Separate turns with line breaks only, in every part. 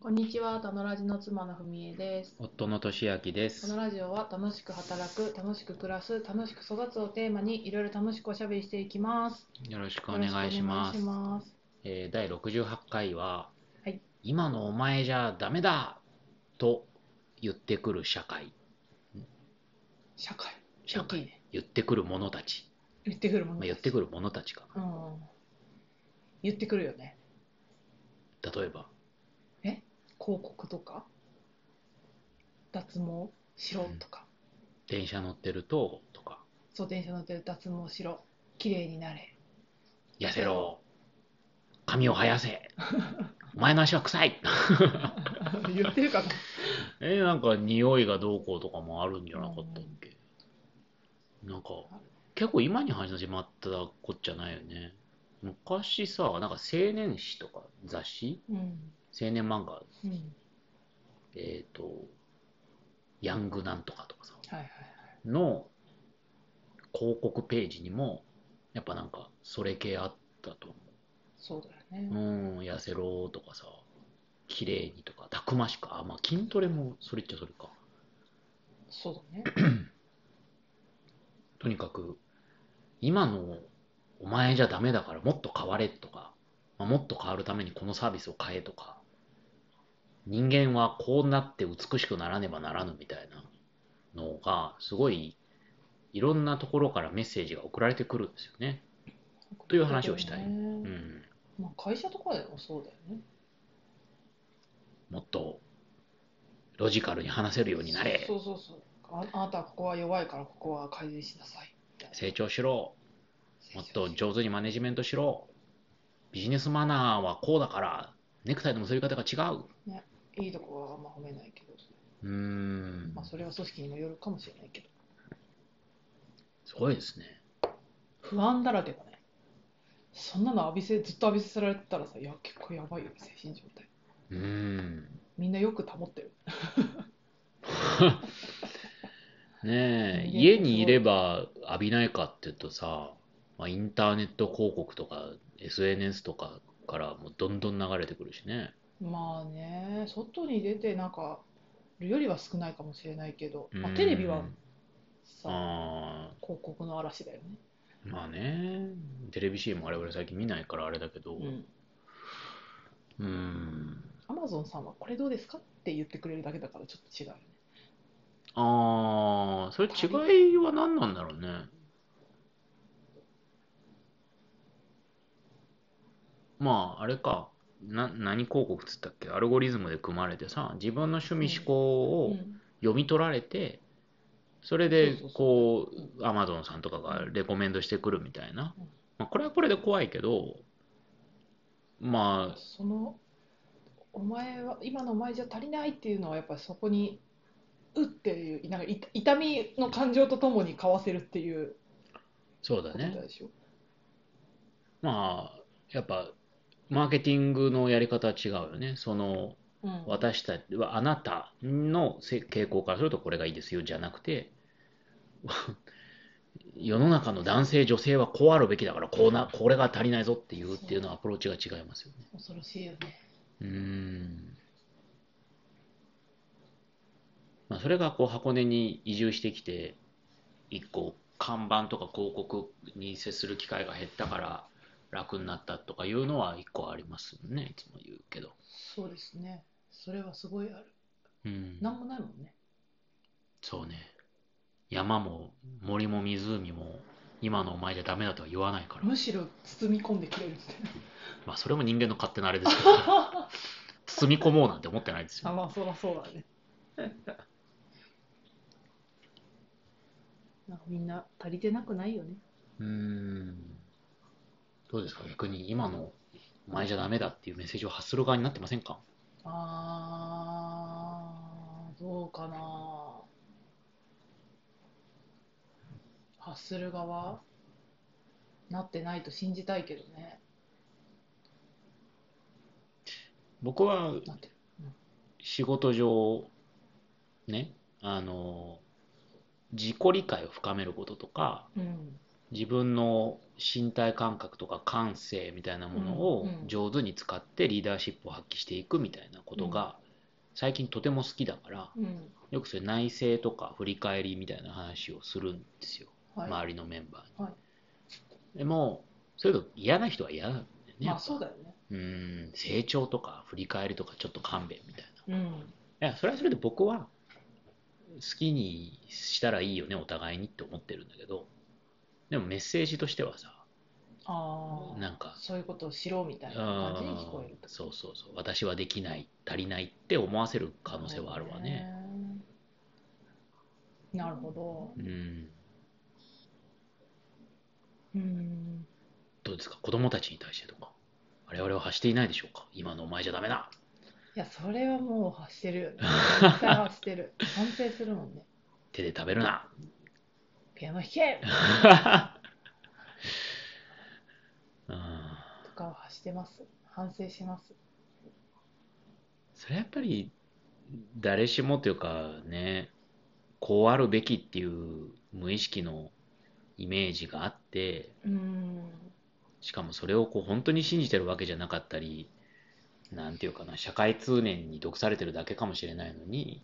こんにちは、たのラジの妻のふみえです。
夫の俊明で
こ
す
の。ラジオは楽しく働く、楽しく暮らす、楽しく育つをテーマにいろいろ楽しくおしゃべりしていきます。
よろしくお願いします。
よろくお願いします
えー第68回は、
はい
今のお前じゃダメだと言ってくる社会、
社会。
社
大きい
会
ね、
言ってくる者たち、
言ってくるもの
ま
で
あ、
す。
言ってくる者たちか。
うん。言ってくるよね。
例えば、
広告とか、脱毛しろとか、
電車乗ってると、とか、
そう、電車乗ってる脱毛しろ、綺麗になれ。
痩せろ、髪を生 やせ、お前の足は臭い。
言ってる かな
えーなんか匂いがどうこうとかもあるんじゃなかったっけ、なんか結構今に始まったこっちゃないよね昔さなんか青年誌とか雑誌
うん。
青年漫画
うん。
えっ、とヤングなんとかとかさ
はいはいはい。
の広告ページにもやっぱなんかそれ系あったと思
そうだよね。
ううん痩せろとかさ綺麗にとかたくましくあまあ筋トレもそれっちゃそれか
そうだね。
とにかく今のお前じゃダメだからもっと変われとか、まあ、もっと変わるためにこのサービスを変えとか人間はこうなって美しくならねばならぬみたいなのがすごいいろんなところからメッセージが送られてくるんですよね。という話をしたい
そうだよね
うん、
まあ、会社とかでもそうだよね。
もっとロジカルに話せるようになれ
そうそうそう。ああなたはここは弱いからここは改善しなさい。みたいな
成長しろもっと
成長し
上手にマネジメントしろビジネスマナーはこうだからネクタイの結び方が違う
いいとこはあんま褒めないけど、
うーん
まあ、それは組織にもよるかもしれないけど、
すごいですね。
不安だらけだね。そんなの浴びせずっと浴びせられてたらさ、いや、結構やばいよ、精神状態。
うーん。
みんなよく保ってる。
ねえ、
いや
家にいれば浴びないかっていうとさ、まあ、インターネット広告とか SNS とかからもうどんどん流れてくるしね。
まあね、外に出てなんか、るよりは少ないかもしれないけど、ま
う
あ、
ん
テレビはさ、
あ
広告の嵐だよね。
ーまあね、テレビ CM も我々最近見ないからあれだけど、
う。
うんーん。
アマゾンさんはこれどうですかって言ってくれるだけだからちょっと違うよね。
ああ、それ違いは何なんだろうね。まあ、あれか。な、何広告っつったっけアルゴリズムで組まれてさ、自分の趣味思考
う
を
ん
読み取られて、それ
そう
で
そうそう
こう、アマゾンさんとかがレコメンドしてくるみたいな。まあ、これはこれで怖いけど、まあ、
そのお前は今のお前じゃ足りないっていうのはやっぱりそこにうっていうなんかい痛みの感情とともに交わせるっていう
そうだ
ことだ
ね。
でしょ、
まあ、やっぱ、マーケティングのやり方は違うよね。その、
うん、
私たちはあなたのせ傾向からするとこれがいいですよじゃなくて 世の中の男性女性はこうあるべきだからこうなこれが足りないぞっていうっていうのはアプローチが違いますよね
恐ろしいよね
うーん、まあ、それがこう箱根に移住してきて一個看板とか広告に接する機会が減ったから楽になったとかいうのは一個ありますよねいつも言うけど、
そうですねそれはすごいある
うん、
なんもないもんね
そうね。山も森も湖も今のお前じゃダメだとは言わないから。
むしろ包み込んでくれるみたい
まあそれも人間の勝手なあれですけど、
な
包み込もうなんて思ってないです
あ
よ。
まあそらそうだね なんかみんな足りてなくないよね
うーん。どうですか逆に今のお前じゃダメだっていうメッセージを発する側になってませんか
あー、どうかな。発する側なってないと信じたいけどね。
僕は
なってる。
仕事上、ね、あの、自己理解を深めることとか、
うん。
自分の身体感覚とか感性みたいなものを
うんうん
上手に使ってリーダーシップを発揮していくみたいなことが最近とても好きだから
うん
よくそういう内省とか振り返りみたいな話をするんですよ
はい
周りのメンバーに、
はい
でもそういうの嫌な人は嫌なんだよね、
まあそうだよね
うーん成長とか振り返りとかちょっと勘弁みたい
うん
ないやそれはそれで僕は好きにしたらいいよねお互いにって思ってるんだけどでもメッセージとしてはさ
ああ
なんか
そういうことをしろみたいな感じに聞こえる
うんそうそうそう私はできない足りないって思わせる可能性はあるわね
なるほ
う
ど
ん
うん
どうですか子供たちに対してとか我々は発していないでしょうか今のお前じゃダメだ
いやそれはもう発してる よね絶対発してる反省するもんね
手で食べるな
ピアノ弾け
うん
とかは発してます反省します
それはやっぱり誰しもというかねこうあるべきっていう無意識のイメージがあって
うん
しかもそれをこう本当に信じてるわけじゃなかったりなんていうかな社会通念に毒されてるだけかもしれないのに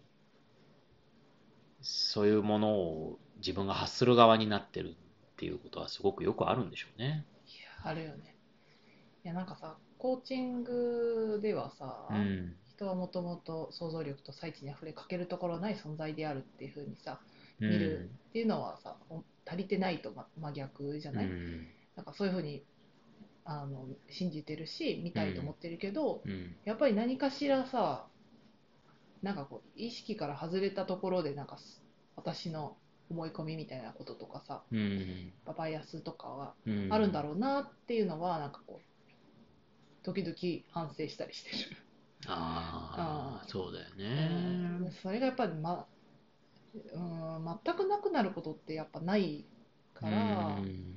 そういうものを自分が発する側になってるっていうことはすごくよくあるんでしょうね。
いやあるよねいやなんかさコーチングではさ、
うん、
人はもともと想像力と最知にあふれかけるところない存在であるっていうふうにさ
うん
見るっていうのはさお足りてないとま真逆じゃ
う
ない、
ん
なんかそういうふうにあの信じてるし見たいと思ってるけど、
うん
やっぱり何かしらさなんかこう意識から外れたところでなんかす私の思い込みみたいなこととかさ
うん
バイアスとかは
うん、
あるんだろうなっていうのはなんかこう時々反省したりしてる。
ああ
あー
そうだよ
うん
ね
それがやっぱり、ま、うん全くなくなることってやっぱないから、
うん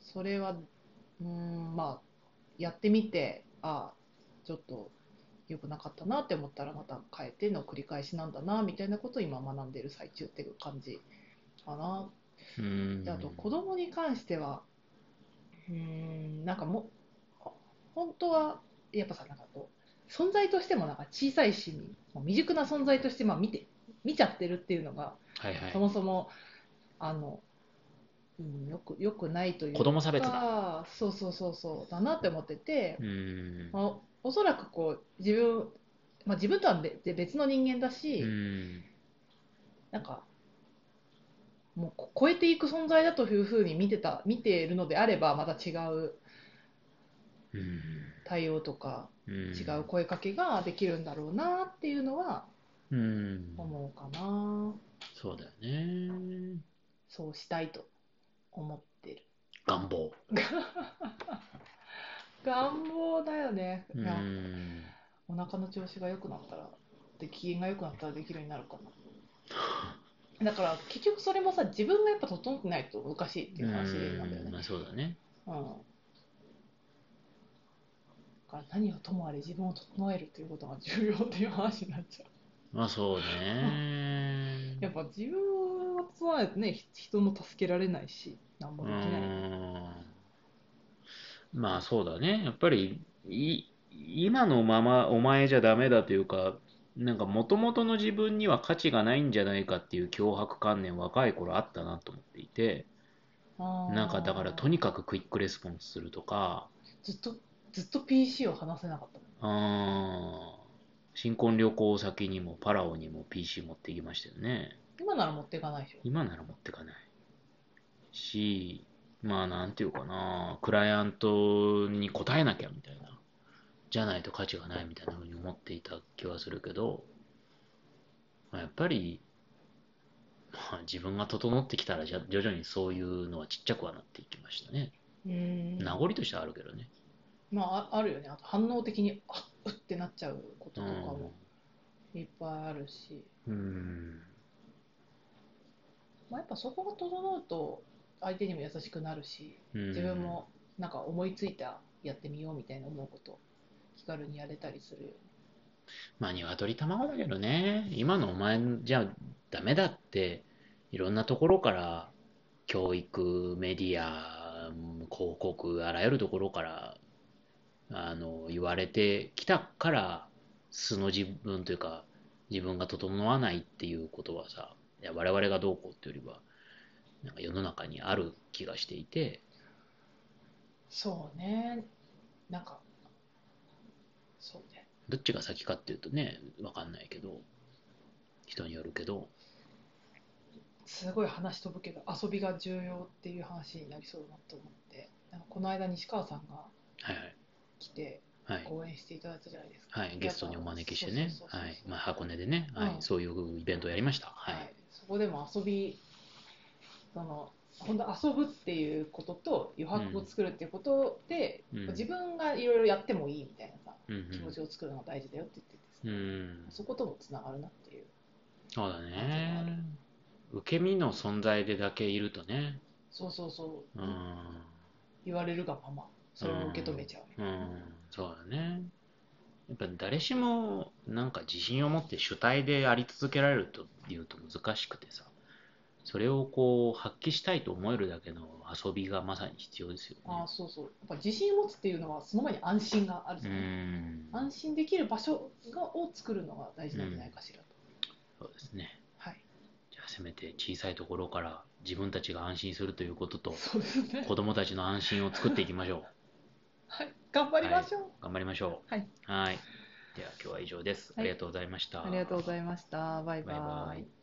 それは、うん、まあやってみてあちょっと良くなかったなって思ったらまた変えての繰り返しなんだなみたいなことを今学んでる最中っていう感じかな。
うん
であと子供に関してはうんなんかもう本当はやっぱさなんかこう存在としてもなんか小さいしもう未熟な存在としてまあ見て見ちゃってるっていうのが、
はいはい
そもそもあの、うん、よくよくないというか
子供差別
そうそうそうそうだなって思ってて、
うん
まあ、おそらくこう自分、まあ、自分とは別別の人間だし、
うん
なんか、もうこ超えていく存在だというふうに見てた、見ているのであれば、また違う
うん
対応とか、
うん
違う声かけができるんだろうなっていうのは
うん
思うかな。
そうだよね
そうしたいと思ってる。
願望
願望だよね。
う
なんお腹の調子が良くなったら、で機嫌が良くなったらできるようになるかな。だから結局それもさ、自分がやっぱ整ってないと難しいっていう話なんだよ
うん
ね
ま。あそうだね
うん。だから何をともあれ自分を整えるということが重要っていう話になっちゃう。
まあそうね
やっぱ自分を整えないとね、ひ人も助けられないし、何も
う
できない。
んまあそうだねやっぱりい今のままお前じゃダメだというかなんか元々の自分には価値がないんじゃないかっていう脅迫観念若い頃あったなと思っていて
あー
なんかだからとにかくクイックレスポンスするとか
ずっと、ずっと PC を話せなかったもん。
あー新婚旅行先にもパラオにも PC 持ってきましたよね
今なら持っていかないでしょ。
今なら持ってかないしまあなんていうかなクライアントに答えなきゃみたいなじゃないと価値がないみたいなふうに思っていた気はするけど、まあ、やっぱり、まあ、自分が整ってきたらじゃ徐々にそういうのはちっちゃくはなっていきましたね
うーん。
名残としてはあるけどね、
まあ、ああるよね。あと反応的に、あうってなっちゃうこと
う
とか
ん、
もいっぱいあるし。
うん
まあ、やっぱそこが整うと、相手にも優しくなるし。
うん
自分もなんか思いついたやってみようみたいな思うこと気軽にやれたりするよね
まあ、鶏卵だけどね、今のお前じゃダメだって、いろんなところから教育、メディア、うん広告、あらゆるところから、あの、言われてきたから、素の自分というか、自分が整わないっていうことはさ、いや我々がどうこうっていうよりは、なんか世の中にある気がしていて、
そうね。なんか、そうね。
どっちが先かっていうとね、わかんないけど、人によるけど、
すごい話飛ぶけど、遊びが重要っていう話になりそうだなと思って、なんかこの間、西川さんが
はい
来て、
はい。はい
講演していただいたじゃないですか。
はい、ゲストにお招きし
や
て
っ
ね
ぱそう、そうそう
は
そう
いまあ、箱根でね、はい
うん
そういうイベントをやりました。は、
はいい、そこでも遊びその本当遊ぶっていうことと余白を作るっていうことで、
うん
自分がいろいろやってもいいみたいなさ、
うん
気持ちを作るのが大事だよって言っててさ
うん、うん、
そこともつながるなっていう
そうだ
ある
ね。受け身の存在でだけいるとね、
そうそうそう、
うん、
言われるがままそれを受け止めちゃう、
うん、そうだね。やっぱ誰しもなんか自信を持って主体であり続けられるというと難しくてさ、それをこう発揮したいと思えるだけの遊びがまさに必要ですよ
あ
ね
あ。そうそうやっぱ自信を持つっていうのはその前に安心がある
う
じゃない、
ん、
安心できる場所がを作るのが大事なんじゃないかしらと、
そうですね。
はい
じゃあせめて小さいところから自分たちが安心するということと
そうですね
子供たちの安心を作っていきましょう。
はい頑張りましょう、
頑張りましょう。
はい。
はい。では今日は以上です。
はい
ありがとうございました。
ありがとうございましたバイバイ
バイバイ